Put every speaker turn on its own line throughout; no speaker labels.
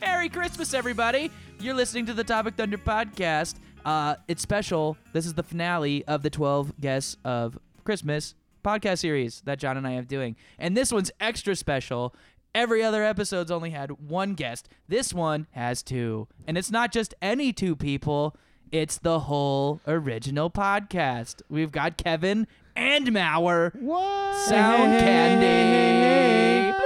Merry Christmas, everybody. You're listening to the Topic Thunder podcast. Uh, it's special. This is the finale of the 12 Guests of Christmas podcast series that John and I have doing. And this one's extra special. Every other episode's only had one guest. This one has two. And it's not just any two people, it's the whole original podcast. We've got Kevin and Mauer.
What?
Sound candy.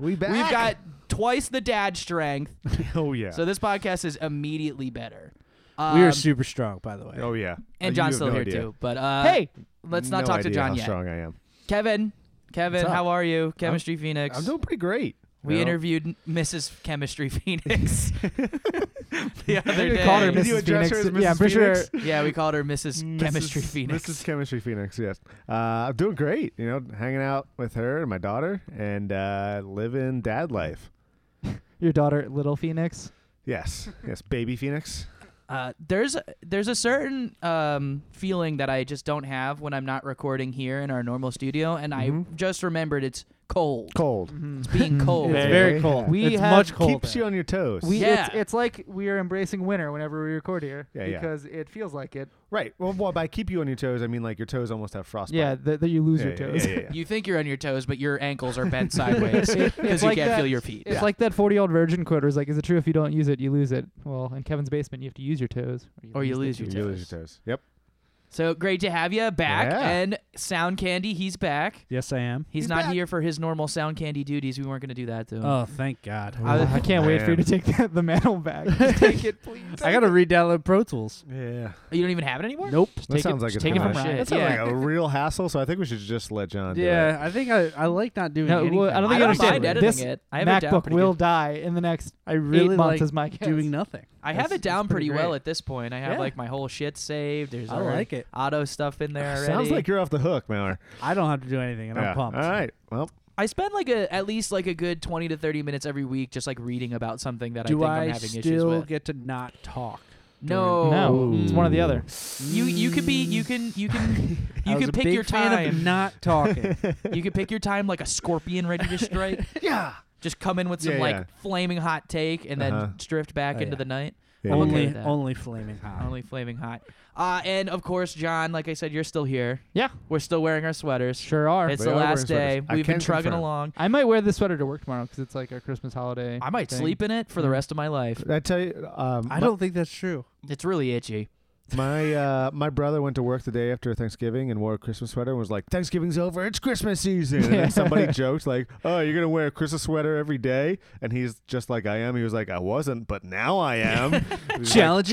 We back.
We've got twice the dad strength.
Oh yeah.
So this podcast is immediately better.
we are
Um,
super strong, by the way.
oh yeah.
and
You
John's
have
still
no
here
idea.
too. But uh,
Hey!
let's not
No
talk to
idea
John
how
yet.
Strong I am.
Kevin, Kevin,
What's up?
how are you?
I'm-
Chemistry Phoenix.
I'm doing pretty great.
we
You know?
interviewed n- Mrs. Chemistry Phoenix the other
you
day.
called her
Mrs.
Did you address her
Phoenix.
as
yeah, I'm
Mrs.
pretty sure.
Phoenix?
yeah, we called her Mrs. Chemistry
Mrs.
Phoenix.
Mrs. Chemistry Phoenix, yes. Uh, I'm doing great. You know, hanging out with her and my daughter and uh, living dad life.
Your daughter, Little Phoenix.
Yes. Yes. Baby Phoenix.
Uh, there's there's a certain um, feeling that I just don't have when I'm not recording here in our normal studio, and I
Mhm.
just remembered it's cold.
Cold.
Mm-hmm.
It's being cold.
It's
Hey.
very cold.
We
it's
have-
much colder.
Keeps you on your toes.
We, it's,
Yeah.
it's like we are embracing winter whenever we record here
Yeah, yeah.
because it feels like it.
right. Well, well, by keep you on your toes, I mean like your toes almost have frostbite.
yeah, that that you lose
Yeah,
your
yeah,
toes.
yeah, yeah, yeah.
You think you're on your toes, but your ankles are bent sideways because
It's
you
like
can't
that-
feel your feet.
It's
Yeah.
like that 40 year old virgin quote where it's like, is it true if you don't use it, you lose it? Well, in Kevin's basement, you have to use your toes.
Or you lose
the
your
You lose your toes. Yep.
So great to have you back.
Yeah.
And Sound Candy, he's back.
Yes, I am.
He's,
He's
not
back.
here for his normal Sound Candy duties. We weren't going to do that to him.
Oh, thank God.
I, I can't wait for you to
Man.
take that, the mantle back.
Take it, please.
I gotta re-download Pro Tools.
Yeah.
you don't even have it anymore?
Nope.
That sounds like it's
take it
gonna-
from Ryan.
Shit,
That sounds
yeah.
like a real hassle, so I think we should just let John do it.
Yeah, I think I, I like not doing
No,
anything.
well, I don't
I
think you
don't
understand.
mind editing
This
it. I have it down
MacBook
pretty
will
good.
die in the next
I really
eight months,
like
is my guess.
doing nothing.
I have
That's-
it down
that's
pretty,
pretty
well
great.
at this point. I have
Yeah.
like my whole shit saved. There's
I
already
like it.
auto stuff in there already.
Sounds like you're off the hook, Mauer.
I don't have to do anything, and
Yeah.
I'm pumped.
All right. Well,
I spend like a at least like a good 20 to 30 minutes every week just like reading about something that
Do
I think
I,
am having issues
still
with.
get to not talk?
no.
No, it's one or the
Ooh.
other.
You you could be you can you can
I
you
was
can
a
pick
big
your
fan
time.
of not talking.
You could pick your time like a scorpion ready to strike.
yeah.
Just come in with some
Yeah, yeah.
like flaming hot take and then
Uh-huh.
drift back
Oh,
into
yeah.
the night.
Yeah,
I'm okay
only
with that.
only flaming hot.
Only flaming hot. Uh, and of course, John, like I said, you're still here.
Yeah.
We're still wearing our sweaters.
Sure are.
It's
We
the
are wearing
last day.
sweaters. I
We've been
can
trugging
confirm.
along.
I might wear this sweater to work tomorrow because it's like our Christmas holiday.
I might
thing.
sleep in it for the rest of my life.
Did I tell you, um,
I don't think that's true.
It's really itchy.
My uh, my brother went to work the day after Thanksgiving and wore a Christmas sweater and was like, "Thanksgiving's over, it's Christmas season." And then somebody joked like, "Oh, you're gonna wear a Christmas sweater every day?" And he's just like I am. He was like, "I wasn't, but now I am." He was like,
Challenge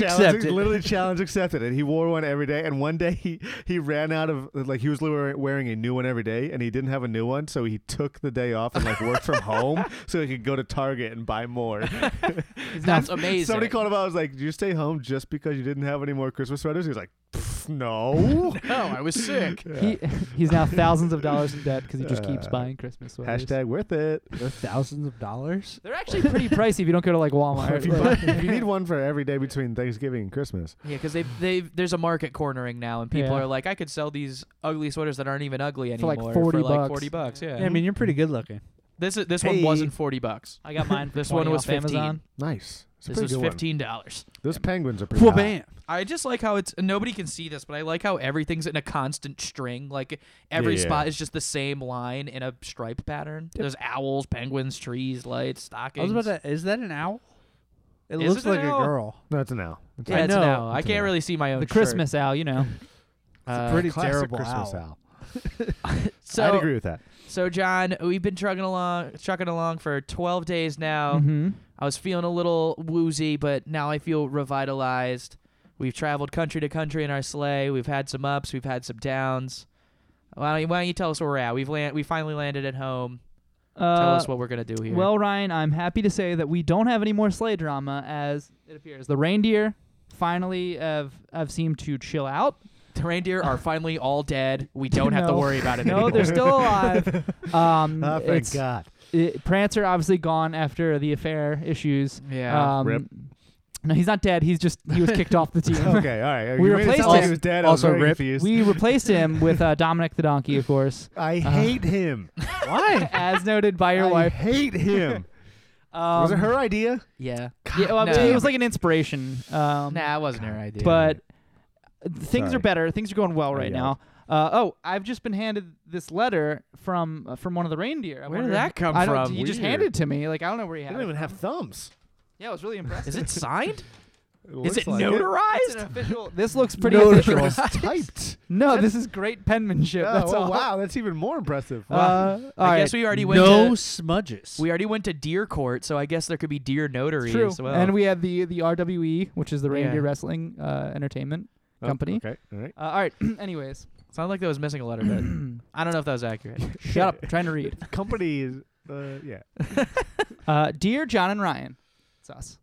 accepted.
Literally challenge accepted. And he wore one every day. And one day he he ran out of like he was literally wearing a new one every day, and he didn't have a new one, so he took the day off and like worked from home so he could go to Target and buy more.
That's amazing.
Somebody called him out. I was like, "Did you stay home just because you didn't have any more Christmas sweaters?" He was like, "Pff, "No."
No, I was sick.
He, he's now thousands of dollars in debt because he just keeps
Uh,
buying Christmas sweaters.
Hashtag worth it.
They're thousands of dollars.
They're actually
Actually, pretty pricey if you don't go to like Walmart.
if, you
Like-
buy, if you need one for every day between Thanksgiving and Christmas,
yeah, because they they there's a market cornering now, and people
Yeah.
are like, I could sell these ugly sweaters that aren't even ugly
For
anymore
like 40
like
bucks.
forty bucks. Yeah.
Yeah, I mean, you're pretty good looking.
This is, this
Hey.
one wasn't forty bucks.
I got mine. For
This one
20
was
off Amazon.
nice. It's a
This
pretty
was
good
fifteen dollars.
One. Those penguins are pretty.
Well,
hot.
bam.
I just like how it's nobody can see this, but I like how everything's in a constant string. Like every
Yeah, yeah.
spot is just the same line in a stripe pattern. There's owls, penguins, trees, lights,
I
stockings.
was about to. Is that an owl? It
Is
looks
it an
like a
owl?
girl.
No, it's an owl. It's
Yeah,
I
it's
know.
an owl. I
It's an
can't
owl.
really see my own
The
shirt.
Christmas owl, you know.
Uh,
pretty
classic
terrible
Christmas owl.
owl.
I'd
So
agree with that.
so John, we've been trucking along, trucking along for 12 days now.
Mm-hmm.
I was feeling a little woozy, but now I feel revitalized. We've traveled country to country in our sleigh. We've had some ups, we've had some downs. Why don't you, why don't you tell us where we're at? We've land, we finally landed at home. Tell us what we're gonna do here.
Uh, Well, Ryan, I'm happy to say that we don't have any more sleigh drama as it appears. The reindeer finally have, have seemed to chill out.
the reindeer are finally all dead. We don't have to
No.
worry about it
No,
anymore.
they're still alive.
Ah,
Um,
Oh, thank
it's-
God.
it- Prancer obviously gone after the affair issues.
yeah.
Um,
Rip.
No, he's not dead. He's just he was kicked off the team.
Oh,
okay, all right.
We
You made it
replaced
sound like
it.
he was dead. I was
Also
very
ripped.
confused.
We replaced him with uh, Dominic the donkey, of course,
I hate him.
as noted by your
I
wife.
hate him.
Um,
was it her idea?
Yeah.
Yeah, well,
no.
It was like an inspiration. Um,
Nah, it wasn't her idea.
but uh, things are
Sorry.
better. Things are going well
I
right
yelled.
now. Uh, oh, I've just been handed this letter from uh, from one of the reindeer. I
Where
wonder-
did that come
I don't,
from?
He just
Weird.
handed it to me. Like I don't know where he
They
had.
don't
it
even
from.
have thumbs.
Yeah, it was really impressive.
is it signed?
looks
is it
like
It's an
notarized?
official. This looks pretty
No,
It
official.
was typed.
No, this is great penmanship.
Oh,
that's
oh,
all.
wow, that's even more impressive.
Uh, all
I
right.
guess we already went.
no
To,
smudges.
we already went to deer court, so I guess there could be deer notary
It's true.
as well.
And we had the the RWE, which is the
Yeah.
Reindeer Wrestling uh, Entertainment
Oh,
Company.
Okay, all right.
Uh, all right. Anyways,
Sounded like that was missing a letter, but I don't know if that was accurate.
shut up. trying to read.
Company is, uh, yeah.
Uh, dear John and Ryan, it's us.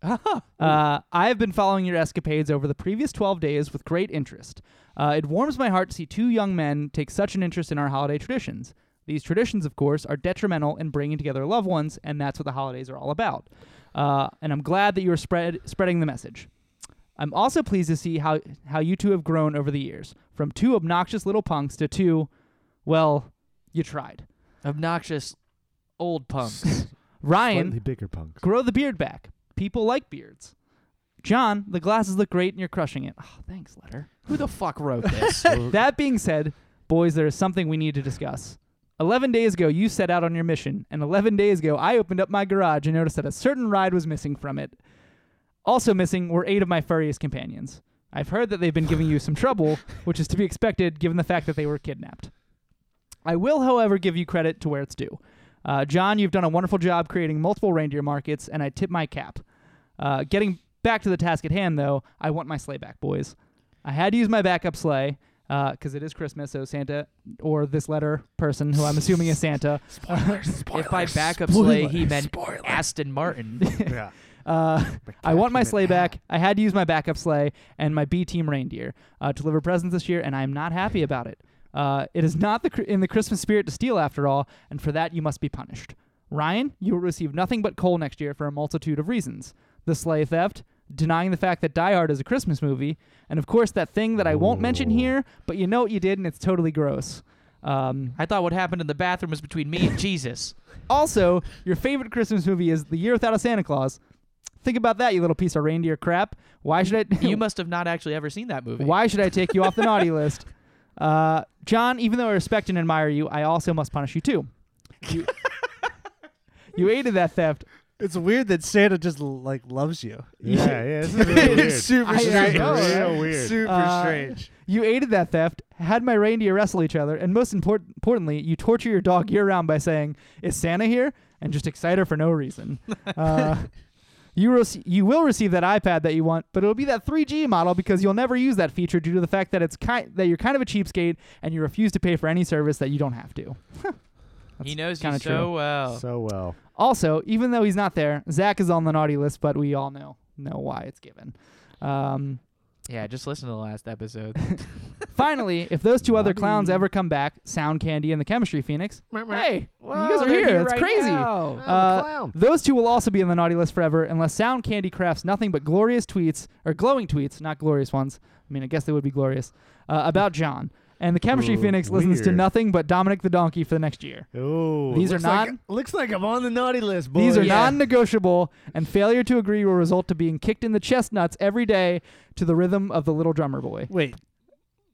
uh, I have been following your escapades over the previous 12 days with great interest. Uh, it warms my heart to see two young men take such an interest in our holiday traditions. These traditions, of course, are detrimental in bringing together loved ones, and that's what the holidays are all about. Uh, and I'm glad that you are spread, spreading the message. I'm also pleased to see how, how you two have grown over the years, from two obnoxious little punks to two, well, you tried.
Obnoxious old punks.
Ryan,
Slightly bigger punks.
Grow the beard back. People like beards. John, the glasses look great and you're crushing it. Oh, thanks, letter.
Who the fuck wrote this?
That being said, boys, there is something we need to discuss. 11 days ago, you set out on your mission, and 11 days ago, I opened up my garage and noticed that a certain ride was missing from it. Also missing were eight of my furriest companions. I've heard that they've been giving you some trouble, which is to be expected given the fact that they were kidnapped. I will, however, give you credit to where it's due. Uh, John, you've done a wonderful job creating multiple reindeer markets, and I tip my cap. Uh, getting back to the task at hand, though, I want my sleigh back, boys. I had to use my backup sleigh because it is Christmas, so Santa or this letter person, who I'm assuming is Santa,
if by backup sleigh he meant Aston Martin.
yeah.
uh, I want my sleigh back. I had to use my backup sleigh and my B team reindeer uh, to deliver presents this year, and I am not happy about it. Uh, it is not the, cr- in the Christmas spirit to steal, after all, and for that you must be punished. Ryan, you will receive nothing but coal next year for a multitude of reasons the sleigh theft, denying the fact that Die Hard is a Christmas movie, and of course that thing that I won't mention here, but you know what you did, and it's totally gross. Um,
I thought what happened in the bathroom was between me and Jesus.
also, your favorite Christmas movie is The Year Without a Santa Claus. Think about that, you little piece of reindeer crap. Why should I?
You must have not actually ever seen that movie.
why should I take you off the naughty list? Uh, John, even though I respect and admire you, I also must punish you too. You, you aided that theft.
It's weird that Santa just like loves you.
Yeah, yeah, this is really weird.
it's super
I-
strange.
I
know, right? weird.
Super
Uh,
strange.
You aided that theft, had my reindeer wrestle each other, and most import- importantly, you torture your dog year round by saying, "Is Santa here?" and just excite her for no reason. Uh, you rece- you will receive that iPad that you want, but it'll be that 3G model because you'll never use that feature due to the fact that it's ki- that you're kind of a cheapskate and you refuse to pay for any service that you don't have to.
He knows you so
kinda true.
well.
So well. Oh,
Also, even though he's not there, Zach is on the naughty list, but we all know know why it's given. Um,
Yeah, just listen to the last episode.
finally, if those two other
Naughty.
clowns ever come back, Sound Candy and the Chemistry Phoenix, hey, you guys are here. That's crazy. Uh,
clown.
Those two will also be on the naughty list forever unless Sound Candy crafts nothing but glorious tweets or glowing tweets, not glorious ones. I mean, I guess they would be glorious uh, about John. And the Chemistry
Ooh,
Phoenix listens to
weird.
nothing but Dominic the Donkey for the next year.
Oh,
These are
looks like-
not-
looks like I'm on the naughty list, boys.
These are
Yeah.
non-negotiable, and failure to agree will result to being kicked in the chestnuts every day to the rhythm of the little drummer boy.
Wait,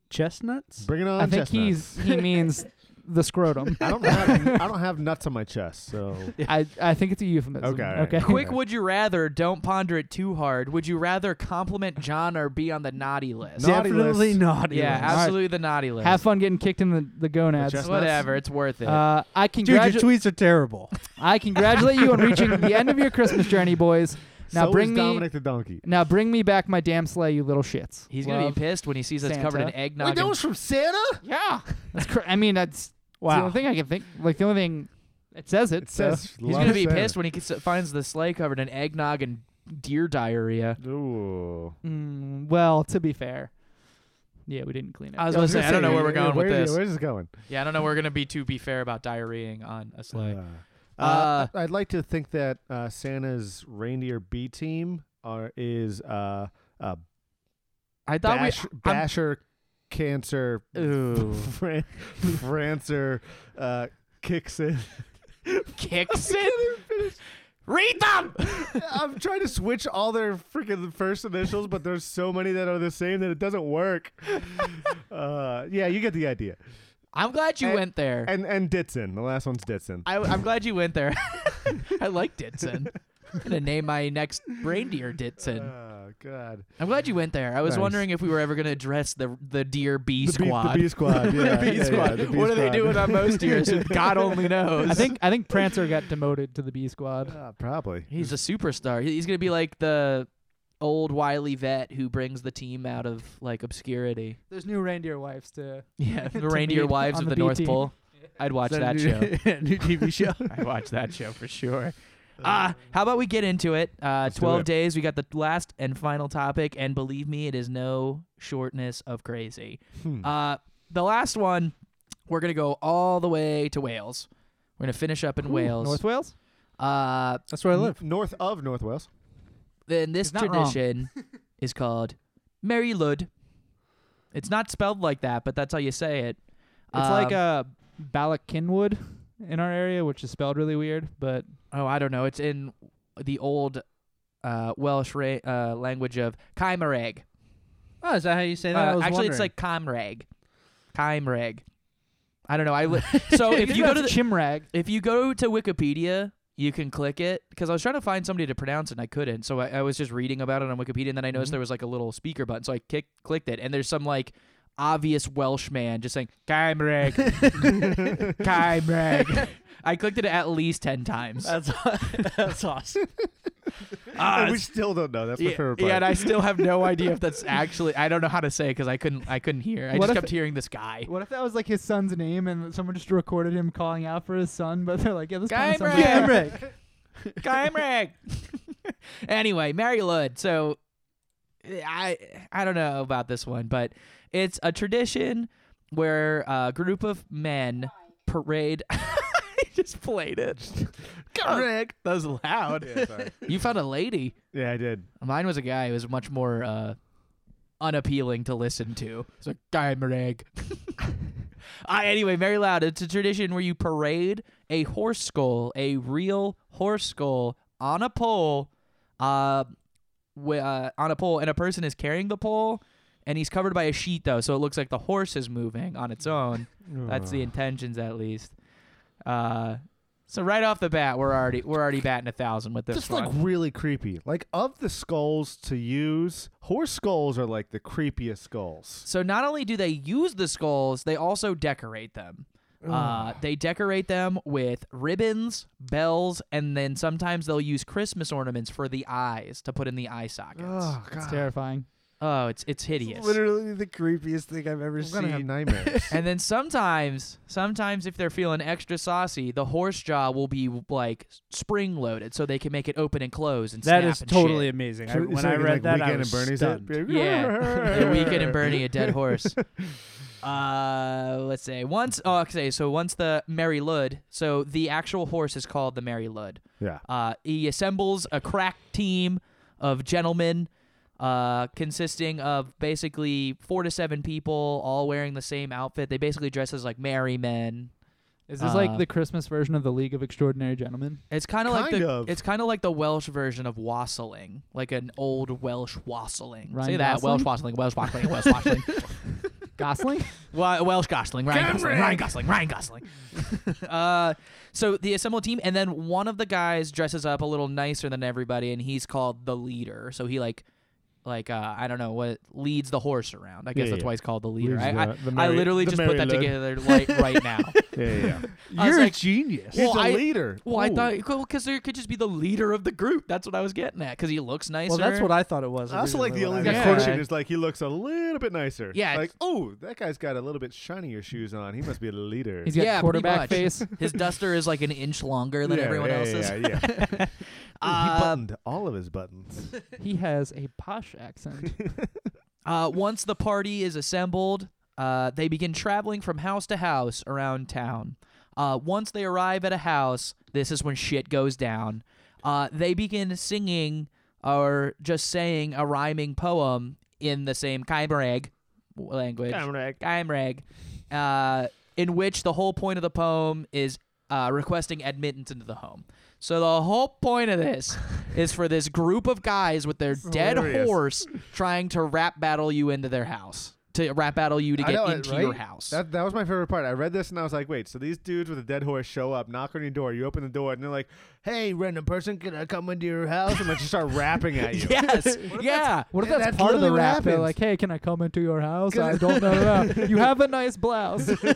chestnuts?
Bring it on,
I think he's
chestnuts.
he means the scrotum.
I don't have I don't have nuts on my chest, so
I, I think it's a euphemism.
Okay, all right.
Okay.
Quick would you rather, don't ponder it too hard. Would you rather compliment John or be on the naughty list?
Naughty
Definitely
list.
naughty.
yeah,
list.
All right.
absolutely the naughty list.
Have fun getting kicked in the, the gonads.
The
Whatever, it's worth it.
Uh, I
Dude, your
congratulate
tweets are terrible.
I congratulate you on reaching the end of your Christmas journey, boys. Now
so
bring
is
me-
Dominic the donkey.
Now bring me back my damn sleigh, you little shits.
He's gonna
Love.
be pissed when he sees us covered in
Santa.
eggnog. and-
from Santa.
Yeah, that's cr- I mean that's it's the
Wow.
only thing I can think. Like the only thing it says it.
It
so.
says
he's gonna be pissed when he gets, finds the sleigh covered in eggnog and deer diarrhea.
Ooh.
Mm, well, to be fair, yeah, we didn't clean it.
I was
Yeah,
gonna say, I don't know where we're
yeah,
going with
where-
this.
Where's this going?
Yeah, I don't know. We're gonna be too be fair about diarrheaing on a sleigh.
Uh,
Uh,
I'd like to think that uh, Santa's reindeer B team are is uh, uh,
I thought
bash,
we. I'm-
basher, cancer,
Ooh.
Fran- Francer, uh, kicks in.
Kicks it. Read them.
I'm trying to switch all their freaking first initials, but there's so many that are the same that it doesn't work. Uh, yeah, you get the idea.
I'm glad you
And-
went there.
And and Ditson, the last one's Ditson.
I, I'm glad you went there. I like Ditson. I'm gonna name my next reindeer Ditson.
Oh God.
I'm glad you went there. I was
Nice.
wondering if we were ever gonna address the the deer bee
The B-
squad.
The B squad. Yeah,
The bee
yeah, yeah,
squad.
the B
what are they
squad.
doing on most years? God only knows.
I think I think Prancer got demoted to the B squad.
Uh, probably.
he's a superstar. He- He's gonna be like the old wily vet who brings the team out of like obscurity.
There's new reindeer wives to
Yeah, the
To
reindeer
meet
wives
on
of the,
the
North
BT.
Pole. I'd watch that show.
new TV show.
I watch that show for sure. Uh, how about we get into it? Uh,
Let's do
12
it.
days. We got the last and final topic, and believe me, it is no shortness of crazy.
Hmm.
Uh, the last one, we're going to go all the way to Wales. We're going to finish up in Wales.
North Wales.
uh,
That's where I live.
North of North Wales.
then this
He's not wrong.
tradition is called Mary Lud. It's not spelled like that, but that's how you say it.
It's like
Um,
uh, Ballakinwood in our area, which is spelled really weird, but
oh, I don't know. It's in the old uh, Welsh ra- uh, language of Chimerag.
Oh, is that how you say
Uh, actually, it's like Comrag. Comrag. I don't know. I li-
Oh,
so if you go to the,
Chimrag,
if you go to Wikipedia, you can click it because I was trying to find somebody to pronounce it and I couldn't. So I, I was just reading about it on Wikipedia and then I noticed
Mm-hmm.
Mhm.
there was like a little speaker button, so I kick, clicked it and there's some like obvious Welsh man just saying Comrag, Comrag. I clicked it at least ten times.
That's, that's awesome.
Ah,
Oh, we
it's-
still don't know. That's my
yeah,
favorite part.
yeah, and I still have no idea if that's actually. I don't know how to say because I couldn't. I couldn't hear. I
What
just
if
kept
it-
hearing this guy.
What if that was like his son's name and someone just recorded him calling out for his son, but they're like, yeah, this kind of sounds like
Gabriel. Kaimrag. anyway, Mary Lud. So I I don't know about this one, but it's a tradition where a group of men parade. I just played it. Correct. That was loud.
Oh, yeah, sorry.
You found a lady.
yeah, I did.
Mine was a guy who was much more uh, unappealing to listen to. It's a guy mereg. uh, anyway, very loud. It's a tradition where you parade a horse skull, a real horse skull, on a pole, uh, wi- uh, on a pole, and a person is carrying the pole, and he's covered by a sheet though, so it looks like the horse is moving on its own. That's the intentions, at least. Uh, so right off the bat, we're already we're already batting a thousand with this
just
one.
like really creepy. Like of the skulls to use, horse skulls are like the creepiest skulls.
So not only do they use the skulls, they also decorate them. Uh, they decorate them with ribbons, bells, and then sometimes they'll use Christmas ornaments for the eyes to put in the eye sockets.
Oh
It's
god.
terrifying.
Oh, it's it's hideous.
Literally the creepiest thing I've ever
I'm gonna have
seen.
nightmares.
And then sometimes, sometimes if they're feeling extra saucy, the horse jaw will be like spring loaded, so they can make it open and close and
That
snap
is
and
totally
shit.
amazing. I,
So it's
when I
like-
read
like
that, I
Weekend
was
and Bernie's
stunned.
it.
Yeah, the weekend and Bernie, a dead horse. Uh, let's say once. Oh, okay. So once the Mary Lud. So the actual horse is called the Mary Lud.
Yeah.
Uh, he assembles a crack team of gentlemen, uh, consisting of basically four to seven people, all wearing the same outfit. They basically dress as like merry men.
Is this like
Uh,
the Christmas version of the League of Extraordinary Gentlemen?
It's kind of like
Kind
the
of.
it's kind of like the Welsh version of wassailing, like an old Welsh wassailing.
Ryan
Say that Welsh wassailing, Welsh wassailing, Welsh wassailing,
Gosling?
Wel- Welsh gosling, Ryan Gosling, Ryan Gosling, Ryan Gosling. uh, so the assembled team, and then one of the guys dresses up a little nicer than everybody, and he's called the leader. So he like, like uh, I don't know what leads the horse around. I guess
Yeah,
that's
yeah.
why he's called the leader.
Leads
I, I,
the- the
I
merry-
literally
the
just put
merry
that
lid.
together like right now.
Yeah, yeah, yeah.
I was
You're
like-
a genius.
Well,
He's a
I-
leader.
Well,
Ooh.
I thought because there could just be the leader of the group. That's what I was getting at. Because he looks nicer.
Well, that's what I thought it was.
I also like the
originally
only
Yeah.
when I
read
read it.
distinction is like he looks a little bit nicer.
Yeah,
Like, oh, that guy's got a little bit shinier shoes on. He must be a leader.
He's got
Yeah, pretty much.
quarterback face.
his duster is like an inch longer than
Yeah,
everyone
yeah,
else's.
Yeah, yeah. Ooh,
Uh,
he buttoned all of his buttons.
he has a posh accent.
Uh, once the party is assembled, uh, they begin traveling from house to house around town. Uh, once they arrive at a house, this is when shit goes down. Uh, they begin singing or just saying a rhyming poem in the same Kaimerag language. Kaimerag. Uh, in which the whole point of the poem is uh, requesting admittance into the home. So the whole point of this is for this group of guys with their dead
hilarious.
horse trying to rap battle you into their house. To rap battle you to
I
get
know it,
into your
right?
house.
That, that was my favorite part. I read this and I was like, wait, so these dudes with a dead horse show up, knock on your door, you open the door, and they're like, hey, random person, can I come into your house? And they just start rapping at you.
yes. yeah.
What if
Yeah,
that's,
that's
part of the
literally what
rap? They're
happens.
like, "Hey, can I come into your house? I don't know. that. You have a nice blouse."
It's like-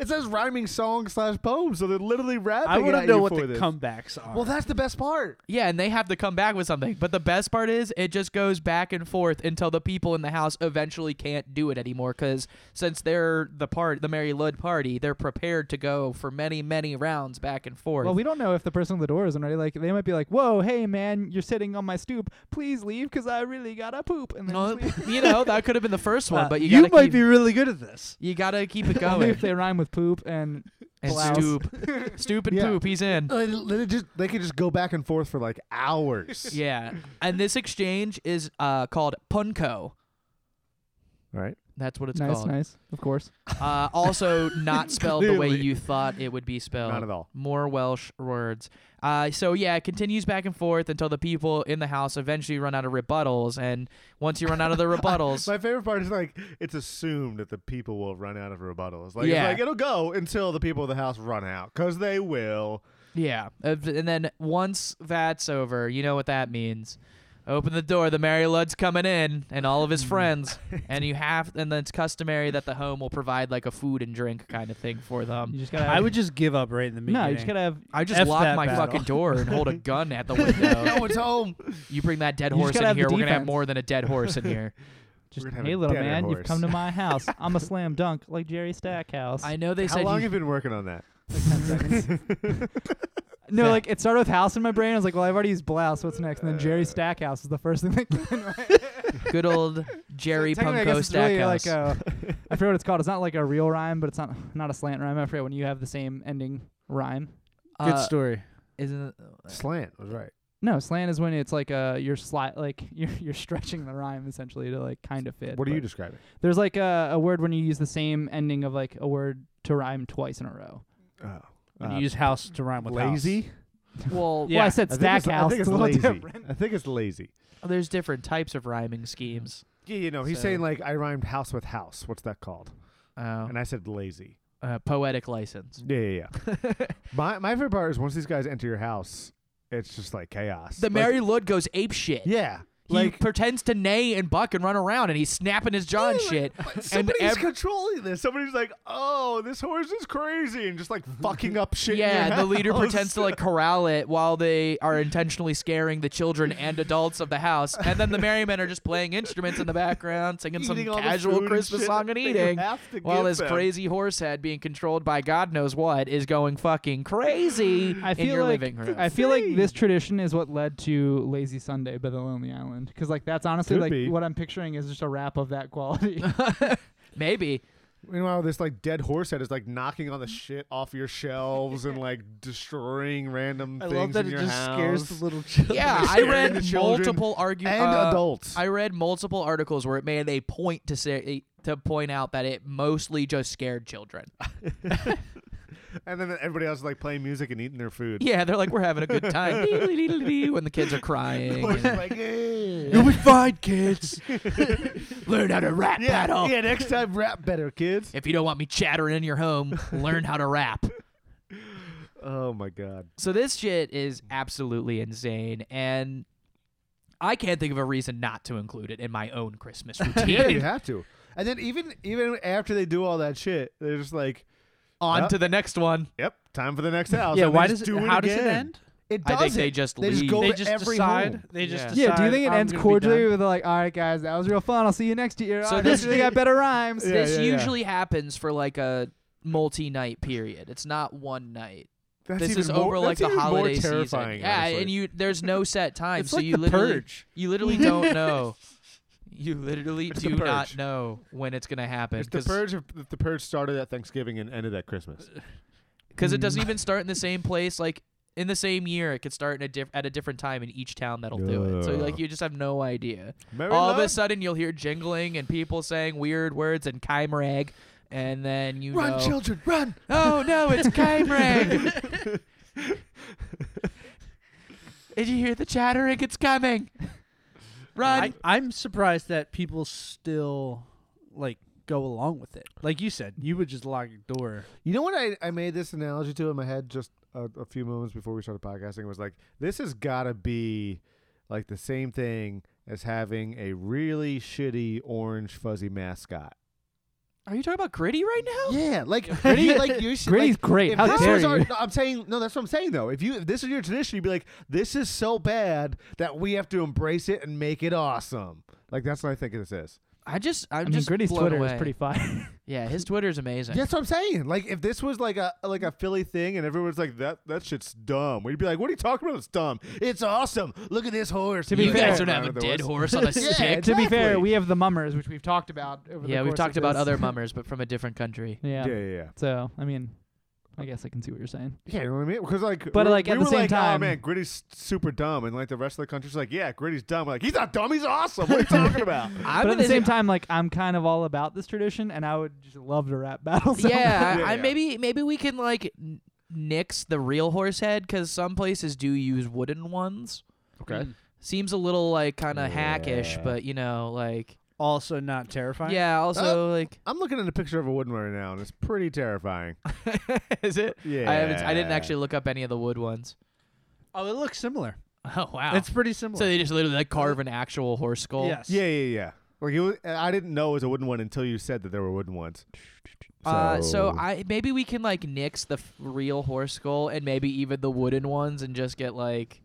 it says rhyming song slash poem, so they're literally rapping
I want
at
to know
you
what
for
the
this.
comebacks are.
well, that's the best part.
Yeah, and they have to come back with something. But the best part is it just goes back and forth until the people in the house eventually can't do it anymore cuz since they're the part the Mary Lud party, they're prepared to go for many many rounds back and forth.
well, we don't know if the person at the door isn't ready. Like, they might be like, "Whoa, hey man, you're sitting on my stoop. Please leave, cause I really gotta poop." And then
No,
just leave.
you know, that could have been the first one,
Uh,
but you,
you
gotta
might
keep,
be really good at this.
you gotta keep it
Only
going.
if they rhyme with poop and
and
blouse.
stoop, stoop and
Yeah.
poop. He's in.
They, they just, they could just go back and forth for like hours.
Yeah, and this exchange is uh, called Punko.
Right?
That's what it's
nice,
called.
nice, of course.
Uh, also, not spelled the way
Clearly.
you thought it would be spelled.
Not at all.
More Welsh words. Uh, so yeah, it continues back and forth until the people in the house eventually run out of rebuttals, and once you run out of the rebuttals,
My favorite part is like it's assumed that the people will run out of rebuttals. Like,
Yeah.
it's like it'll go until the people of the house run out, because they will.
yeah, uh, and then once that's over, you know what that means. Open the door. The Mary Lud's coming in, and all of his friends, and you have, and then it's customary that the home will provide like a food and drink kind of thing for them.
You just gotta.
Um, I would just give up right in the beginning.
No, you just gotta have.
I just
F
lock
that
my
battle.
fucking door and hold a gun at the window.
it's home.
you bring that dead
You just
horse
gotta
in
have the
here, we're gonna have
defense.
more than a dead horse in here.
Just,
gonna have
hey,
a
little
deader
man, you've
horse."
come to my house. I'm a slam dunk like Jerry Stackhouse.
I know they
How
said
long
you-
have you been working on that?
no,
Yeah.
like it started with house in my brain. I was like, well, I've already used blouse. What's next? And then
Uh.
Jerry Stackhouse is the first thing that
good old Jerry
Technically, I guess
Punko
it's really
Stackhouse.
like a, I forget what it's called. It's not like a real rhyme, but it's not not a slant rhyme. I forget when you have the same ending rhyme.
good
Uh,
story.
Isn't it?
Slant was right.
No, slant is when it's like uh you're sli- like you're you're stretching the rhyme essentially to like kind of fit.
What are you
but-
describing?
There's like a, a word when you use the same ending of like a word to rhyme twice in a row.
Oh.
When
Uh,
you use house to rhyme with house.
lazy?
Well,
Yeah.
Well, I said
I think it's- I
Stackhouse.
think it's
a little
lazy.
different.
I think it's lazy.
there's different types of rhyming schemes.
Yeah, you know, he's
So-
saying like I rhymed house with house. What's that called?
Oh,
And I said lazy.
uh, poetic license.
Yeah, yeah, yeah. my my favorite part is once these guys enter your house, it's just like chaos.
The
Like-
Mary Lud goes ape shit.
yeah,
He
like
pretends to neigh and buck and run around, and he's snapping his jaw and shit. and
somebody's
ev-
controlling this. Somebody's like, "Oh, this horse is crazy," and just like fucking up shit. in
yeah,
your
the leader
house.
pretends to like corral it while they are intentionally scaring the children and adults of the house, and then the merry men are just playing instruments in the background, singing
Eating all
some
the
casual
food and
Christmas
shit
song and
that you
eating,
have to
while
give
this
them.
crazy horse head being controlled by God knows what is going fucking crazy
I feel
in your
like
living room.
I feel like this tradition is what led to Lazy Sunday by the Lonely Island because like that's honestly
Could
like
be.
what I'm piguring is just a rap of that quality.
Maybe
Meanwhile, this like dead horse head is like knocking on the shit off your shelves and like destroying random
I
things
love that
in
it
your
just
house.
scares the little children.
yeah, I
Scaring the
read
children
multiple arguments.
and adults.
uh, I read multiple articles where it made a point to say eh, to point out that it mostly just scared children.
and then everybody else is like playing music and eating their food.
Yeah, they're like we're having a good time Dee-dee-dee-dee-dee, when the kids are crying.
Horse is
and-
like, "Eh."
You'll be fine, kids.
learn how to rap
yeah,
battle.
yeah, next time rap better, kids.
If you don't want me chattering in your home, learn how to rap.
Oh my god.
So this shit is absolutely insane, and I can't think of a reason not to include it in my own Christmas routine.
Yeah, you have to. And then even even after they do all that shit, they're just like,
On to the next one.
"Yep, time for the next house."
yeah,
and they
why
just
does it,
do
how does it
again.
end?
It
I
does
think they
it.
just
They just
leave.
go
They
to
just
every
decide.
home.
They just
Yeah.
decide.
yeah, do you think it
I'm
ends
gonna be done.
cordially with like, all right guys, that was real fun. I'll see you next year.
So
So
this-
this they got better rhymes.
Yeah,
this
yeah, yeah.
usually happens for like a multi-night period. It's not one night.
That's
this
even
is
more-
over like
that's
the
even more
holiday
terrifying,
season. Yeah,
honestly.
and you there's no set time,
It's
so
like
you
the
literally
purge.
you literally don't know. You literally
It's the
do not
purge.
know when it's gonna happen
It's the
because
purge. If if the purge started at Thanksgiving and ended at Christmas.
it doesn't
Mm.
even start in the same place. Like in the same year, it could start in a diff- at a different time in each town that'll do it. So like
Yeah.
you just have no idea.
Merry
All of a
love.
sudden, you'll hear jingling and people saying weird words and chimrag, and then you
Run,
know,
children, run!
oh no, it's chimrag. Did you hear the chattering? It's coming. Run.
I, I'm surprised that people still like go along with it. Like you said, you would just lock your door.
You know what I, I made this analogy to in my head just a, a few moments before we started podcasting was like this has got to be like the same thing as having a really shitty orange fuzzy mascot.
Are you talking about Gritty right now?
Yeah, like
Gritty-
you- like you should.
Gritty's
like,
great.
if
How
this
dare
was
you?
our- no, I'm saying no. That's what I'm saying though. If you if this is your tradition, you'd be like, this is so bad that we have to embrace it and make it awesome. Like that's what I think this is.
I just,
I
I'm
mean,
just
Gritty's
blown
Twitter
away.
is pretty fire.
Yeah, his Twitter is amazing.
That's what I'm saying. Like if this was like a like a Philly thing and everyone's like that that shit's dumb. We'd be like, what are you talking about? It's dumb. It's awesome. Look at this horse.
To be
you
fair-
guys don't have a
Whatever
dead
that was.
horse on a
Yeah,
stick.
Eh, to be fair,
Exactly.
we have the mummers, which we've talked
talked
about.
about. Over the
Yeah, we've
course
talked
of
about
this.
other mummers, but from a different country.
Yeah.
Yeah, yeah, yeah.
So I mean, I guess I can see what you're saying.
Yeah, you know what I mean? Because like,
But,
we-
like,
we
at the
were
same
like,
time-
oh man, Gritty's super dumb, and like the rest of the country's like, yeah, Gritty's dumb. We're like, he's not dumb, he's awesome. What are you talking about?
I'm
but at the
gonna-
same time, like I'm kind of all about this tradition, and I would just love to rap battle. so
yeah,
Yeah,
I, I
yeah.
maybe maybe we can like n- nix the real horse head because some places do use wooden ones.
Okay.
Hmm.
Seems a little like kind of hackish,
Yeah.
but you know, like
Also not terrifying.
yeah. Also, like,
I'm looking at a picture of a wooden right now, and it's pretty terrifying.
is it?
Yeah,
I haven't. I didn't actually look up any of the wood ones.
Oh, it looks similar.
Oh wow.
It's pretty similar.
so they just literally like carve an actual horse skull.
yes.
Yeah, yeah, yeah. Like, it was, I didn't know it was a wooden one until you said that there were wooden ones.
Uh, so I maybe we can like nix the f- real horse skull and maybe even the wooden ones and just get like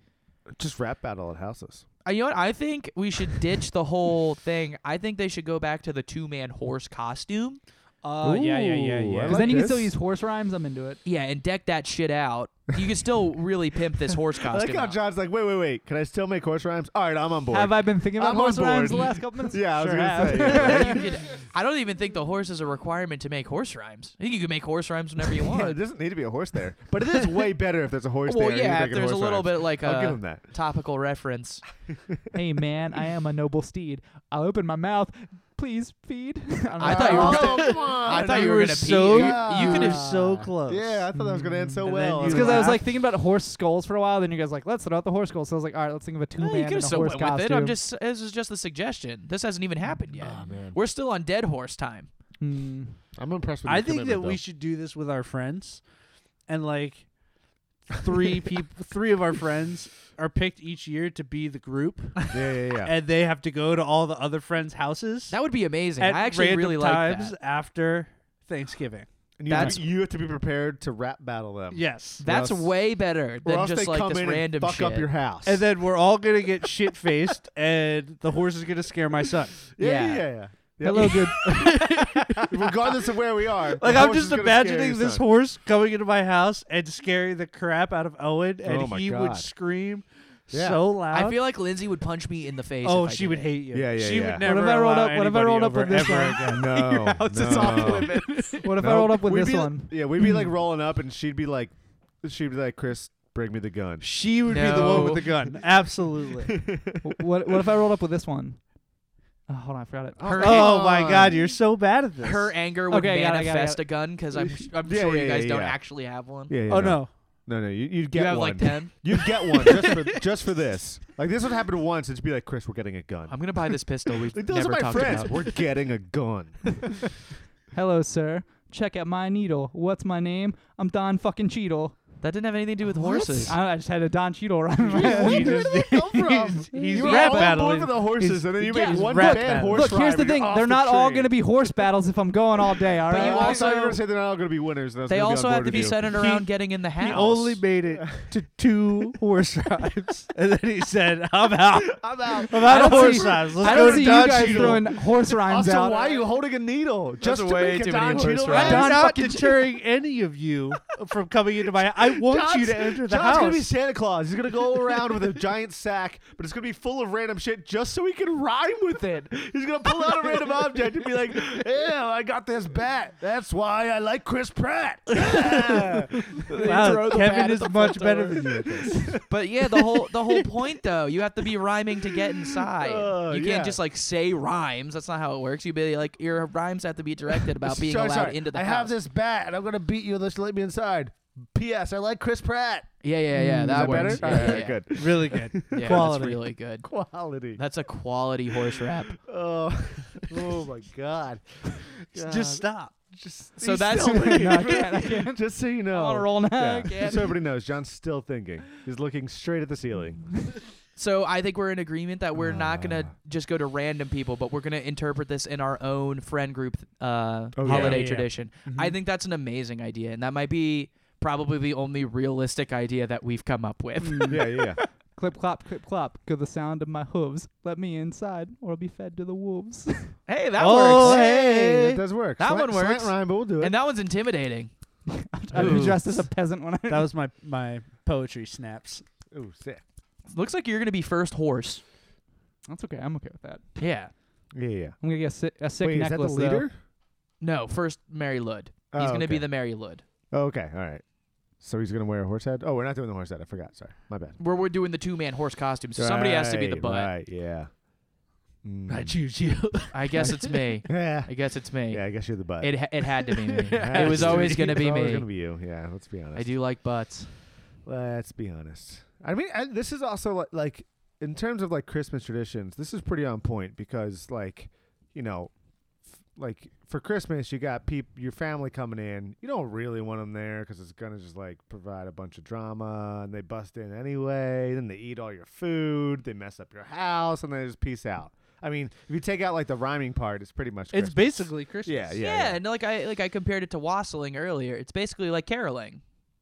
just rap battle at houses.
Uh, you know what? I think we should ditch the whole thing. I think they should go back to the two man horse costume.
Oh,
Uh, yeah,
Ooh,
yeah, yeah,
I
yeah.
Because
like
then you can
this.
still use horse rhymes. I'm into it.
Yeah, and deck that shit out. You can still really pimp this horse
I like
costume.
how
out.
John's like, wait, wait, wait. Can I still make horse rhymes? All right, I'm on board.
Have I been thinking about
I'm on
horse rhymes the
board.
last couple minutes?
yeah, I was
Sure
gonna
have.
say.
Yeah, you could- I don't even think the horse is a requirement to make horse rhymes. I think you can make horse rhymes whenever you
Yeah, it
want.
doesn't need to be a horse there, but it is way better if there's a horse
well,
there. and he's
yeah, if
making
there's a
horse
little
rhymes.
bit uh, like
I'll give him
a
that.
topical reference.
hey man, I am a noble steed. I'll open my mouth. Please feed.
I thought you were
going
still-
come on.
I thought you
you
were
were
gonna
so
pee.
Yeah.
you could have
Ah.
so close.
Yeah, I thought that was gonna end so
And then
well.
you
It's
and
because I was
laugh.
like thinking about horse skulls for a while. Then you guys were like, let's throw out the horse skulls. So I was like, all right, let's think of a two
Oh,
man
you
and
could
a
have
horse
still went
costume.
with it. I'm just this is just a suggestion. This hasn't even happened yet.
Ah,
We're still on dead horse time.
Hmm.
I'm impressed with.
I
your
think that
commitment,
we
though.
should do this with our friends, and like three people, three of our friends are picked each year to be the group,
Yeah, yeah, yeah.
and they have to go to all the other friends' houses
That would be amazing.
at
I actually
random
really like
times
that.
after Thanksgiving.
And you, have
That's-
to, you have to be prepared to rap battle them.
Yes,
That's
else-
way better
Or
than
else
just
they
like
come
this
in
random
and fuck
shit.
up your house.
and then we're all gonna get shit faced, and the horse is gonna scare my son.
yeah,
Yeah.
yeah, yeah. yeah. Yep.
Hello, good.
Regardless of where we are,
Like
the
I'm
horse is
just
gonna scare your
imagining this
son.
horse coming into my house and scaring the crap out of Owen, and
Oh my
he
God.
would scream
Yeah.
so loud.
I feel like Lindsay would punch me in the face.
Oh,
if I
she
did
would
it.
hate you.
Yeah, yeah,
She
yeah.
would never.
What if I rolled
allow
up- what if I
anybody
rolled up
over
with this
ever
one?
again.
No,
Your house is off
no.
What if I
Nope.
rolled up with
We'd
this
be-
one?
Yeah, we'd be like rolling up, and she'd be like, she'd be like, Chris, bring me the gun.
She would be the one
No.
with the gun. Absolutely.
what What if I rolled up with this one? Oh, hold on, I forgot it.
Her-
oh my God, you're so bad at this.
Her anger would
Okay, I got it, I got it, I got
manifest
it.
a gun because I'm I'm
Yeah,
sure
yeah,
you guys
yeah,
don't
yeah.
actually have one.
Yeah, yeah,
Oh no.
no, no, you, you'd get
You have
one.
like ten.
You'd get one just for just for this. Like this would happen once. It'd be like, Chris, we're getting a gun.
I'm gonna buy this pistol. We've
like those
never
are my
talked
friends.
about.
We're getting a gun.
Hello, sir. Check out my needle. What's my name? I'm Don fucking Cheadle.
That didn't have anything to do with horses.
I, I just had a Don Cheadle rhyme. in my head.
He just- he's- He's
you
rap
were all on board
battling.
for the horses,
He's-
and then you
yeah,
make
he's
one
rap
bad
battling.
horse
Look, here's the
rhyme, and
thing.
you're off
They're
the
not all
tree.
going to be horse battles if I'm going all day. All
But
right.
you
Oh, I thought you were
also-
gonna say they're not all going to be winners. and I was
they
gonna be
also
on
have
board
to be
with you.
centered around getting in the house.
He only made it to two horse rides, and then he said, "I'm out.
I'm out.
I'm out
I don't
of
see-
horse rides. Let's
I
go
don't
to
see you
Don
guys
Cheadle."
throwing horse rhymes
Also,
out.
why are you holding a needle? Just to
way
make
too
a
many
Don
horse
Cheadle
rides.
I'm
rap?
Don
not
fucking-
deterring any of you from coming into my. I want you to enter the
John's
house.
gonna be Santa Claus. He's gonna go around with a giant sack, but it's gonna be full of random shit just so he can rhyme with it. He's gonna pull out a random object and be like, "Ew, I got this bat. That's why I like Chris Pratt." Yeah.
wow, Kevin is much better than you. at this.
But yeah, the whole the whole point though, you have to be rhyming to get inside.
Uh,
you can't
yeah.
just like say rhymes. That's not how it works. You be like your rhymes have to be directed about being
Sorry,
allowed
sorry.
into the
I
house.
have this bat, and I'm gonna beat you unless you let me inside. P.S. I like Chris Pratt.
Yeah, yeah, yeah. that
Is
Mm,
that
works.
better?
Yeah,
All right,
yeah,
good.
Really good.
yeah. Yeah,
Quality.
That's really good.
Quality.
That's a quality horse rap.
Oh, oh my God.
Just stop.
just
So
he's
that's-
still thinking.
No, I can't, I can't.
Just so you know.
I'm on a roll now.
Yeah.
I can't.
Just so everybody knows, John's still thinking. He's looking straight at the ceiling.
So I think we're in agreement that we're not
Ah.
gonna just go to random people, but we're gonna interpret this in our own friend group uh,
Oh, yeah. Mm-hmm.
holiday
Yeah, yeah.
tradition. I think that's an amazing idea, and that might be probably the only realistic idea that we've come up with.
yeah, yeah.
Clip clop, clip clop. Go the sound of my hooves. Let me inside, or I'll be fed to the wolves.
hey, that
Oh,
works.
Hey,
hey.
that does work.
That
Slant-
one works.
Slant rhyme, but we'll do it.
And that one's intimidating.
I'd be
Ooh.
dressed as a peasant when I.
That was my my poetry snaps.
Ooh, sick.
Looks like you're gonna be first horse.
That's okay. I'm okay with that.
Yeah.
Yeah, yeah.
I'm gonna get a, si- a sick
Wait,
necklace
is that the leader?
No, first Mary Lud. He's
Oh,
gonna be
okay.
the Mary Lud.
Oh, okay, all right. So he's gonna wear a horse head. Oh, we're not doing the horse head. I forgot. Sorry, my bad.
Where we're doing the two man horse costume, so somebody has to be the
Right,
butt.
Right? Yeah. Mm.
choose you.
I guess it's me.
Yeah.
I guess it's me.
Yeah, I guess you're the butt.
It ha- it had to be me.
Yeah,
it was
it's
always
true.
gonna
It's
be
always
me.
gonna be you. Yeah, let's be honest.
I do like butts.
Let's be honest. I mean, I, this is also like, like in terms of like Christmas traditions, this is pretty on point because like, you know, f- like for Christmas you got peop- your family coming in. You don't really want them there because it's gonna just like provide a bunch of drama, and they bust in anyway. Then they eat all your food, they mess up your house, and they just peace out. I mean, if you take out like the rhyming part, it's pretty much Christmas.
It's basically Christmas.
yeah, yeah,
Yeah, and like I like I compared it to wassailing earlier. It's basically like caroling,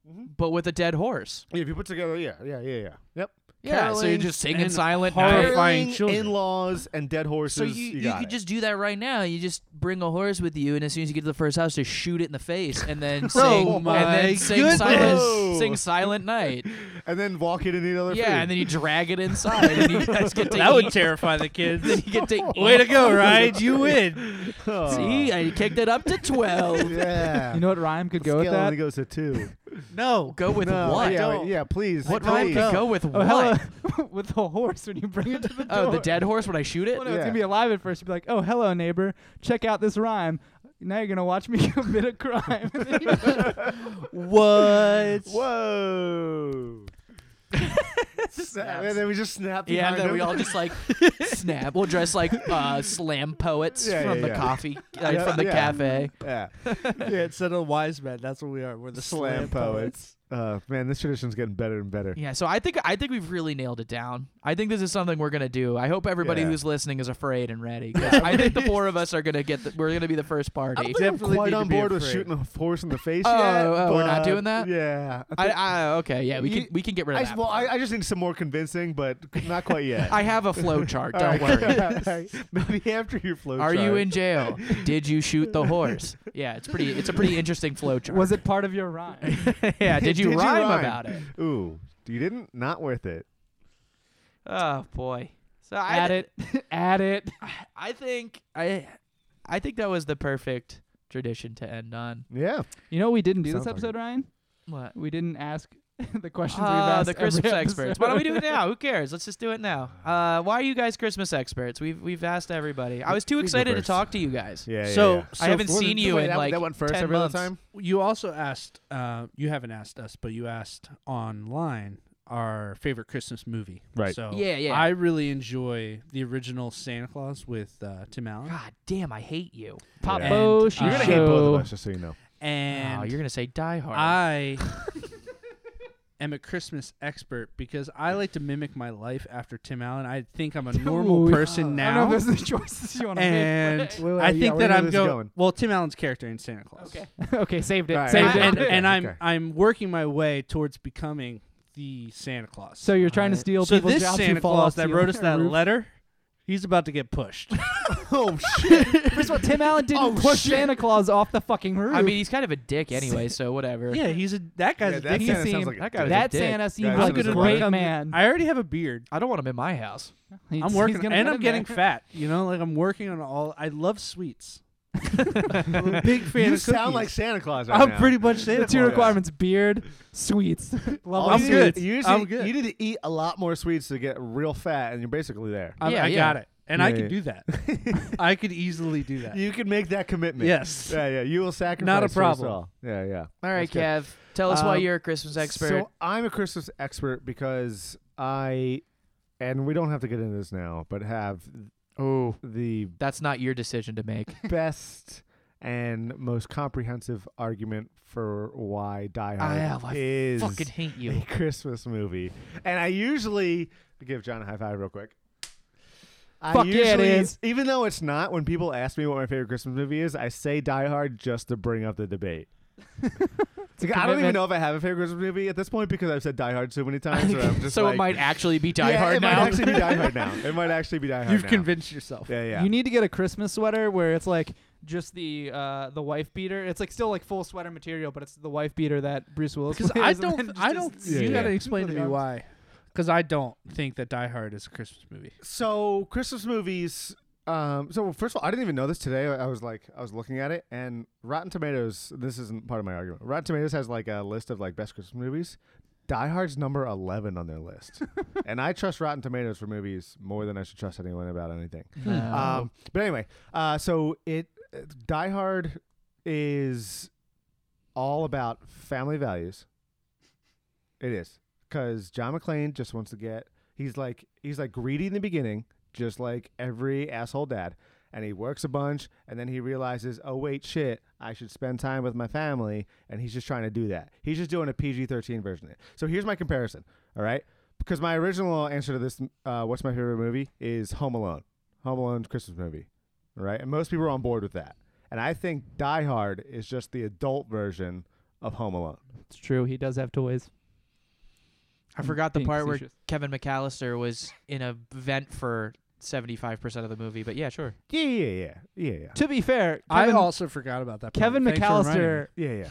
Mm-hmm.
Mhm.
but with a dead horse.
Yeah, if you put together, yeah, yeah, yeah, yeah. Yep.
Yeah, so you're
Caroling
just singing
and
silent
horror
night.
Horrifying children.
in-laws and dead horses.
So you, you,
got
could
it.
just do that right now. You just bring a horse with you, and as soon as you get to the first house, just shoot it in the face, and then sing,
my
and then sing
goodness.
silent, sing silent night.
and then walk in and eat other food.
Yeah, and then you drag it inside, and you guys get to
That would
eat.
terrify the kids.
then you get to
Way
eat.
to go, Ride. You win.
Oh.
See, I kicked it up to twelve.
yeah,
You know what rhyme could go
Scale
with that?
only goes to two.
No.
Go with
no,
what?
Yeah,
Don't.
yeah, please.
What
please.
rhyme could go with
Oh,
what?
hello. with the horse when you bring it to the door.
Oh, the dead horse when I shoot it?
Well, no, it's
Yeah.
gonna be alive at first. You'd be like, "Oh, hello, neighbor. Check out this rhyme. Now you're gonna watch me commit a crime."
What?
Whoa. Snap.
Snaps.
And then we just snap.
Yeah, and
behind
then we
him.
all just like snap. We'll dress like uh, slam poets
Yeah,
from
yeah,
the
yeah.
coffee, uh,
Yeah,
from the
yeah.
cafe.
yeah. uh,
yeah, instead of wise men, that's what we are. We're the
Slam
slam,
poets. Uh, man, this tradition's getting better and better.
Yeah, so I think I think we've really nailed it down. I think this is something we're gonna do. I hope everybody
Yeah.
who's listening is afraid and ready. 'cause I think the four of us are gonna get. The, we're gonna be the first party.
think- Definitely
quite
need
on
to be
board with
afraid.
shooting a horse in the face.
Oh,
yet,
oh, we're not
but
doing that?
Yeah.
I, I okay, yeah, we
You-
can we can get rid
I,
of
s-
that.
well, I, I just need some more convincing, but not quite yet.
I have a flow chart.
All
Don't
right.
worry.
All right. Maybe after your flow
Are
chart.
you in jail? Did you shoot the horse? Yeah, it's pretty. It's a pretty interesting flow chart.
Was it part of your rhyme?
yeah, did you,
Did you
rhyme,
rhyme?
about it?
Ooh, you didn't? Not worth it.
Oh boy. So I
Add it. Add it.
I think I I think that was the perfect tradition to end on.
Yeah.
You know what we didn't do
Sounds
this
like
episode,
it.
Ryan?
What?
We didn't ask the questions we've
Uh,
asked.
the
every
Christmas experts. Why don't we do it
episode.
now? Who cares? Let's just do it now. Uh, why are you guys Christmas experts? We've we've asked everybody. I was too
We go
excited to
first.
talk to you guys.
Yeah.
So,
yeah, yeah.
I haven't
for-
seen you
Wait,
in
that,
like
that went first
10
every
months.
other time.
You also asked. Uh, you haven't asked us, but you asked online our favorite Christmas movie.
Right.
So
Yeah, yeah.
I really enjoy the original Santa Claus with uh, Tim Allen.
God damn, I hate you.
Pop
Yeah.
Bo,
And,
she
uh,
You're gonna hate
show.
both of us, just so you know.
And
oh, you're gonna say Die Hard.
I am a Christmas expert because I like to mimic my life after Tim Allen. I think I'm a normal
Ooh.
person
I don't
now.
know if those are the choices you want to
and
make.
Wait, wait,
I
yeah,
think
we
that
know
I'm
this is
go-
going.
Well, Tim Allen's character in Santa Claus.
Okay. okay, saved it.
All right,
saved
all
it.
right.
and,
Okay,
and I'm
okay.
I'm working my way towards becoming the Santa Claus.
So you're trying to
Alright.
steal
So
people's
this
jobs
Santa
who fall
Claus
off
that
the
wrote us that
roof.
letter, he's about to get pushed.
oh shit!
First of all, Tim Allen didn't
Oh,
push
shit.
Santa Claus off the fucking roof.
I mean, he's kind of a dick anyway, so whatever.
yeah, he's a that guy's
Yeah,
a
that
dick.
Santa
seemed-
sounds like a
that guy
dick.
was
that
dick.
Santa seems
Guys,
like
I'm
a
gonna
great
work
on the-
man.
I already have a beard.
I don't want him in my house.
He's-
I'm
he's
working
gonna
and
get
I'm
in
getting
there.
fat. You know, like I'm working on all. I love sweets. I'm a big fan.
You
of
sound
cookies.
like Santa Claus right
I'm
now.
pretty much Santa
The two
Claus.
requirements: beard, sweets. Love
All
I'm
you
sweets.
good.
need- You
I'm
need-
good.
You need to eat a lot more sweets to get real fat, and you're basically there.
I'm-
Yeah,
I
yeah.
got it. and I
Yeah,
could
yeah.
do that. I could easily do that.
You can make that commitment.
yes.
Yeah, yeah. You will sacrifice.
Not a
for us
problem.
all. Yeah, yeah.
All right,
That's
Kev. Tell us why
Um,
you're a Christmas expert.
So I'm a Christmas expert because I, and we don't have to get into this now, but have
oh,
the
that's not your decision to make.
best and most comprehensive argument for why Die Hard
I- I
is
Fucking hate
a
you.
Christmas movie. And I usually give John a high five real quick. I
Fuck yeah, it
usually-
is.
Even though it's not, when people ask me what my favorite Christmas movie is, I say Die Hard just to bring up the debate. Like, I don't even
commitment.
know if I have a favorite Christmas movie at this point because I've said Die Hard so many times. that I'm just
so
like,
it might actually be Die
yeah,
Hard
it
now.
might actually be Die Hard now. It might actually be Die Hard
You've
now.
convinced yourself.
Yeah, yeah.
You need to get a Christmas sweater where it's like just the uh, the wife beater. It's like still like full sweater material, but it's the wife beater that Bruce Willis.
Because I
wears and then
don't,
just
I
his-
don't.
Yeah,
you
yeah.
gotta explain to me
Arms.
why. Because I don't think that Die Hard is a Christmas movie.
so Christmas movies. Um, so first of all, I didn't even know this today. I was like, I was looking at it, and Rotten Tomatoes. This isn't part of my argument. Rotten Tomatoes has like a list of like best Christmas movies. Die Hard's number eleven on their list, and I trust Rotten Tomatoes for movies more than I should trust anyone about anything. Um, but anyway, uh, so it uh, Die Hard is all about family values. It is because John McClane just wants to get. He's like he's like greedy in the beginning, just like every asshole dad, and he works a bunch, and then he realizes, oh wait, shit, I should spend time with my family, and he's just trying to do that. He's just doing a PG thirteen version of it. So here's my comparison. All right. Because my original answer to this, uh, what's my favorite movie, is Home Alone. Home Alone's Christmas movie, right? And most people are on board with that. And I think Die Hard is just the adult version of Home Alone.
It's true. He does have toys.
I forgot the
Being
part where
facetious.
Kevin McAllister was in a vent for 75% of the movie, but yeah, sure.
Yeah, yeah, yeah, yeah, yeah,
To be fair,
I
Kevin,
also forgot about that. part.
Kevin
Thanks for reminding me.
McAllister
yeah, yeah.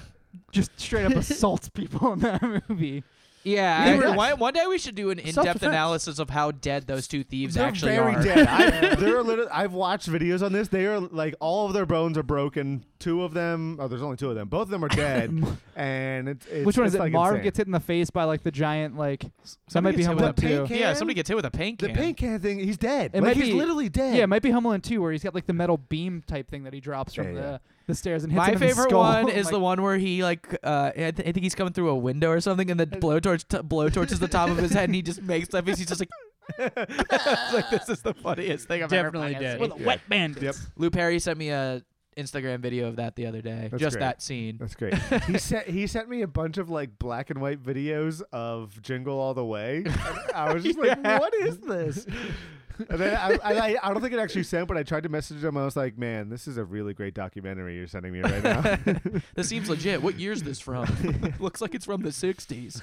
just straight up assaults people in that movie.
Yeah,
They
I-
were-
one, one day we should do an in-depth
Self-defense.
analysis of how dead those two thieves
They're
actually
very
are.
dead. I, they're literally, I've watched videos on this. They are like all of their bones are broken. Two of them, oh, there's only two of them. Both of them are dead. and it's, it's
Which one
it's
is it?
Like
Marv
insane.
gets hit in the face by like the giant like. That
Somebody
might be
gets hit
Home
with
Alone
a
paint
too.
can.
Yeah, somebody gets hit with a paint
the
can.
paint can thing. He's dead.
It
like
might
he's
be-
literally dead.
Yeah, it might be Home Alone 2 where he's got like the metal beam type thing that he drops from
Yeah, yeah.
the, the stairs and hits him
My
in the
favorite
skull.
one is
Like,
the one where he like uh, I, th- I think he's coming through a window or something, and the blowtorch t- blowtorches the top of his head, and he just makes that face. He's just like, It's like this is the funniest thing I've ever
Definitely
fucking
dead.
seen.
Well,
with a
Yeah.
wet bandit.
Yep.
Lou Perry sent me a Instagram video of that the other day.
That's
just
great.
that scene.
That's great. he sent he sent me a bunch of like black and white videos of Jingle All the Way. And I was just like, what is this? And then I, I, I- I don't think it actually sent, but I tried to message him. I was like, man, this is a really great documentary you're sending me right now.
this seems legit. What year's this from? Looks like it's from the '60s.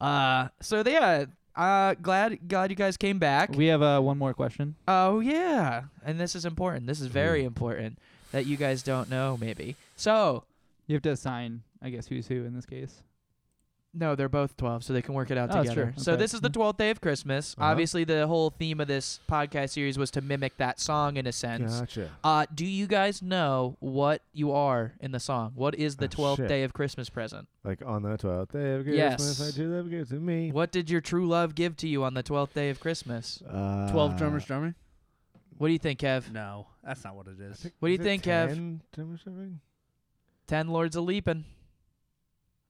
Uh, so yeah, uh, glad glad you guys came back.
We have uh, one more question.
Oh yeah, and this is important. This is very
Mm.
important that you guys don't know maybe. So
You have to assign, I guess, who's who in this case.
no, they're both twelve, so they can work it out
Oh, that's
together.
true.
So
Okay.
this is the
Mhm.
twelfth day of Christmas.
Uh-huh.
Obviously, the whole theme of this podcast series was to mimic that song in a sense.
gotcha.
Uh, do you guys know what you are in the song? What is the
Oh,
twelfth
shit.
day of Christmas present?
Like on the 12th day of Christmas,
Yes.
my true love gives to me.
What did your true love give to you on the twelfth day of Christmas?
Uh,
Twelve drummers drumming?
What do you think, Kev?
No, that's not what it
I
is.
think-
What do you
is it
think, Kev?
10 drummers drumming?
Ten lords a leaping.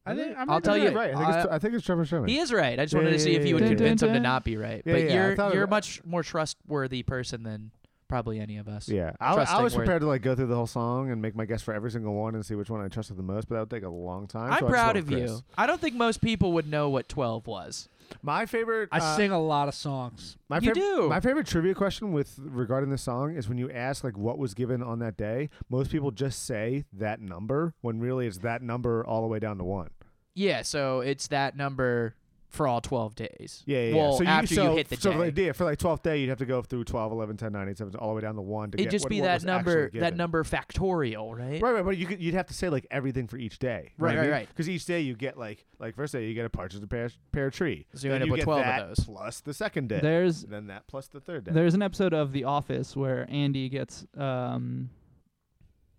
I think I'm
I'll tell you-
Right. I think, it's, I think it's drummers drumming.
He is right. I just
Yeah,
wanted to
yeah,
see if
yeah,
you would
yeah, yeah.
convince him to
Dun, dun,
not be right.
Yeah,
but
yeah, I
you're
thought it
you're a
was-
much more trustworthy person than probably any of us.
Yeah, I, I
Trusting
was
word.
prepared to like go through the whole song and make my guess for every single one and see which one I trusted the most, but that would take a long time.
I'm
so I just
proud
went
of
with
you.
Chris.
I don't think most people would know what 12 was.
My favorite.
I
uh,
sing a lot of songs.
My
you
fav-
do.
My favorite trivia question with regarding the song is when you ask like what was given on that day. Most people just say that number when really it's that number all the way down to one.
yeah, so it's that number for all 12 days.
Yeah, yeah. yeah.
Well,
so you,
after
so,
you hit the
so
day.
like, yeah, for like twelfth day, you'd have to go through 12, 11, 10, 9, 8, 7, all the way down to one to
It'd
get
just
what-
be
what
that
was
number
actually
that
given.
number factorial, right?
Right, right, but you could, you'd have to say like everything for each day.
Right, right, right.
Because each day you get like like first day you get a partridge and a pear, pear tree.
So you
Then
end up
you
with
get
12 of
that
those.
plus the second day.
There's
and then that plus the third day.
there's an episode of The Office where Andy gets um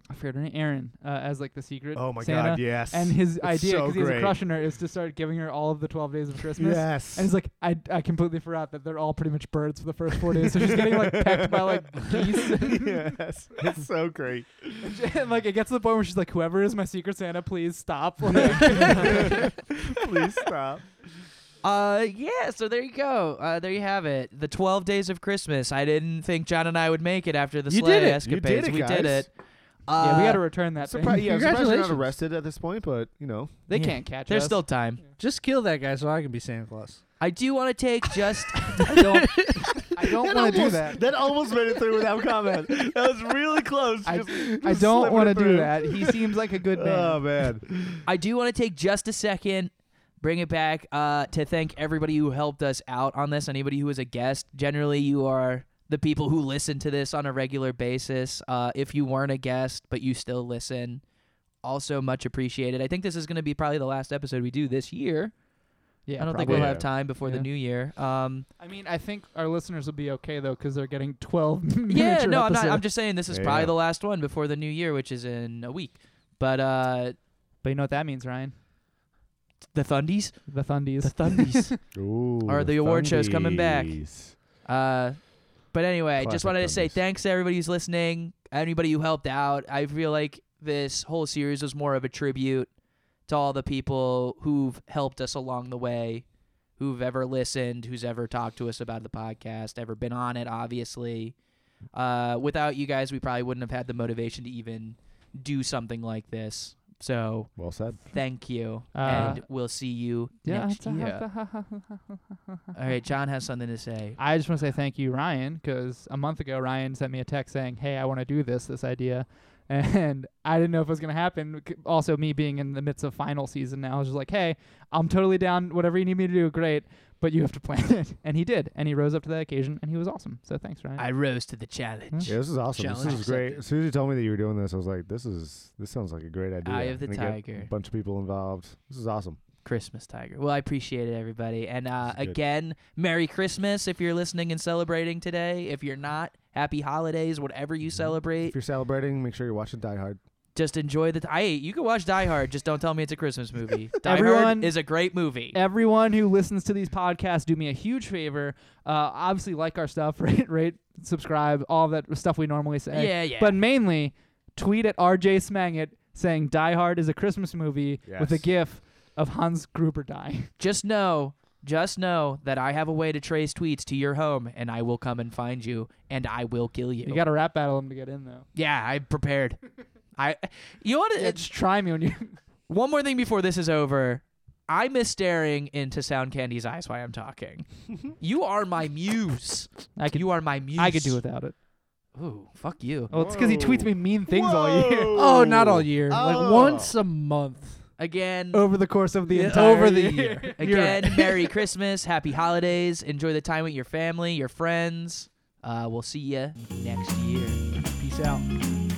I forget her name, Aaron, uh, as like the secret.
Oh my
Santa.
god, yes.
And his
It's
idea,
so
because he has a
great.
crush on her, is to start giving her all of the 12 days of Christmas.
Yes.
And he's like, I, I completely forgot that they're all pretty much birds for the first four days. So she's getting like pecked by like geese.
yes. It's so great.
and like it gets to the point where she's like, whoever is my secret Santa, please stop. Like,
Please stop.
Uh, yeah. So there you go. Uh, there you have it. The twelve days of Christmas. I didn't think John and I would make it after the
You
sleigh
did it. You did
escapades.
it,
we did
guys.
it. Uh,
yeah, we got to return that thing.
Surpri- yeah, I'm surprised you're not
Congratulations.
arrested at this point, but you know.
They
Yeah.
can't catch
There's
us.
still time.
Just kill that guy so I can be Santa Claus.
I do want to take just. I don't,
I don't want to do that.
That almost made it through without comment. That was really close.
I-
Just-
I
just
don't
slipping
want
it
to do
through.
that. He seems like a good man.
Oh man.
I do want to take just a second, bring it back uh, to thank everybody who helped us out on this. Anybody who was a guest. Generally, you are the people who listen to this on a regular basis. Uh, if you weren't a guest but you still listen, also much appreciated. I think this is going to be probably the last episode we do this year.
yeah,
I don't think
probably.
we'll
Yeah.
have time before the
Yeah.
new year. Um,
I mean, I think our listeners will be okay though because they're getting 12.
yeah,
miniature
no, I'm not.
episodes.
I'm just saying this is
Yeah.
probably the last one before the new year, which is in a week. But uh,
But you know what that means, Ryan?
the Thundies,
The Thundies.
the Thundies.
Ooh,
Are the award shows coming back?
fundies.
Uh, but anyway, I just
Classic
wanted to say
Thunders.
thanks to everybody who's listening, anybody who helped out. I feel like this whole series was more of a tribute to all the people who've helped us along the way, who've ever listened, who's ever talked to us about the podcast, ever been on it, obviously. Uh, without you guys, we probably wouldn't have had the motivation to even do something like this. So
Well said.
thank you,
Uh,
and we'll see you
yeah.
next year. All right, John has something to say.
I just want to say thank you, Ryan, because a month ago Ryan sent me a text saying, "Hey, I want to do this, this idea," and I didn't know if it was gonna happen. C- Also, me being in the midst of final season now, I was just like, "Hey, I'm totally down. Whatever you need me to do, great, but you have to plan it." And he did, and he rose up to that occasion, and he was awesome. So thanks, Ryan.
I rose to the challenge.
Yeah, this is awesome.
Challenge
this is great.
accepted.
As soon as you told me that you were doing this, I was like, "This is this sounds like a great idea."
Eye of the
And to get
tiger.
A bunch of people involved. This is awesome.
Christmas Tiger. Well, I appreciate it, everybody. And uh,
This is good.
again, Merry Christmas if you're listening and celebrating today. If you're not, Happy Holidays, whatever you
Mhm.
celebrate.
If you're celebrating, make sure you're watching Die Hard.
Just enjoy the. I you can watch Die Hard. Just don't tell me it's a Christmas movie. Die Hard
Everyone-
is a great movie.
Everyone who listens to these podcasts, do me a huge favor. Uh, obviously, like our stuff, rate, rate, subscribe, all that stuff we normally say.
yeah, yeah.
but mainly tweet at RJ Smangit saying Die Hard is a Christmas movie with a
Yes.
gif of Hans Gruber dying.
just know, just know that I have a way to trace tweets to your home, and I will come and find you, and I will kill you.
You got to rap battle him to get in though.
yeah, I'm prepared. I, you want to?
Yeah, just try me when you.
One more thing before this is over. I miss staring into Sound Candy's eyes while I'm talking. you are my muse.
I could.
You are my muse.
I could do without it.
Ooh, fuck you.
Oh, it's because he tweets me mean things all year
Oh, not all year.
Oh.
Like once a month.
Again,
over the course of the
Yeah,
entire
over the
year.
year. You're
again,
right.
Merry Christmas, Happy Holidays. Enjoy the time with your family, your friends. Uh, we'll see you next year.
Peace out.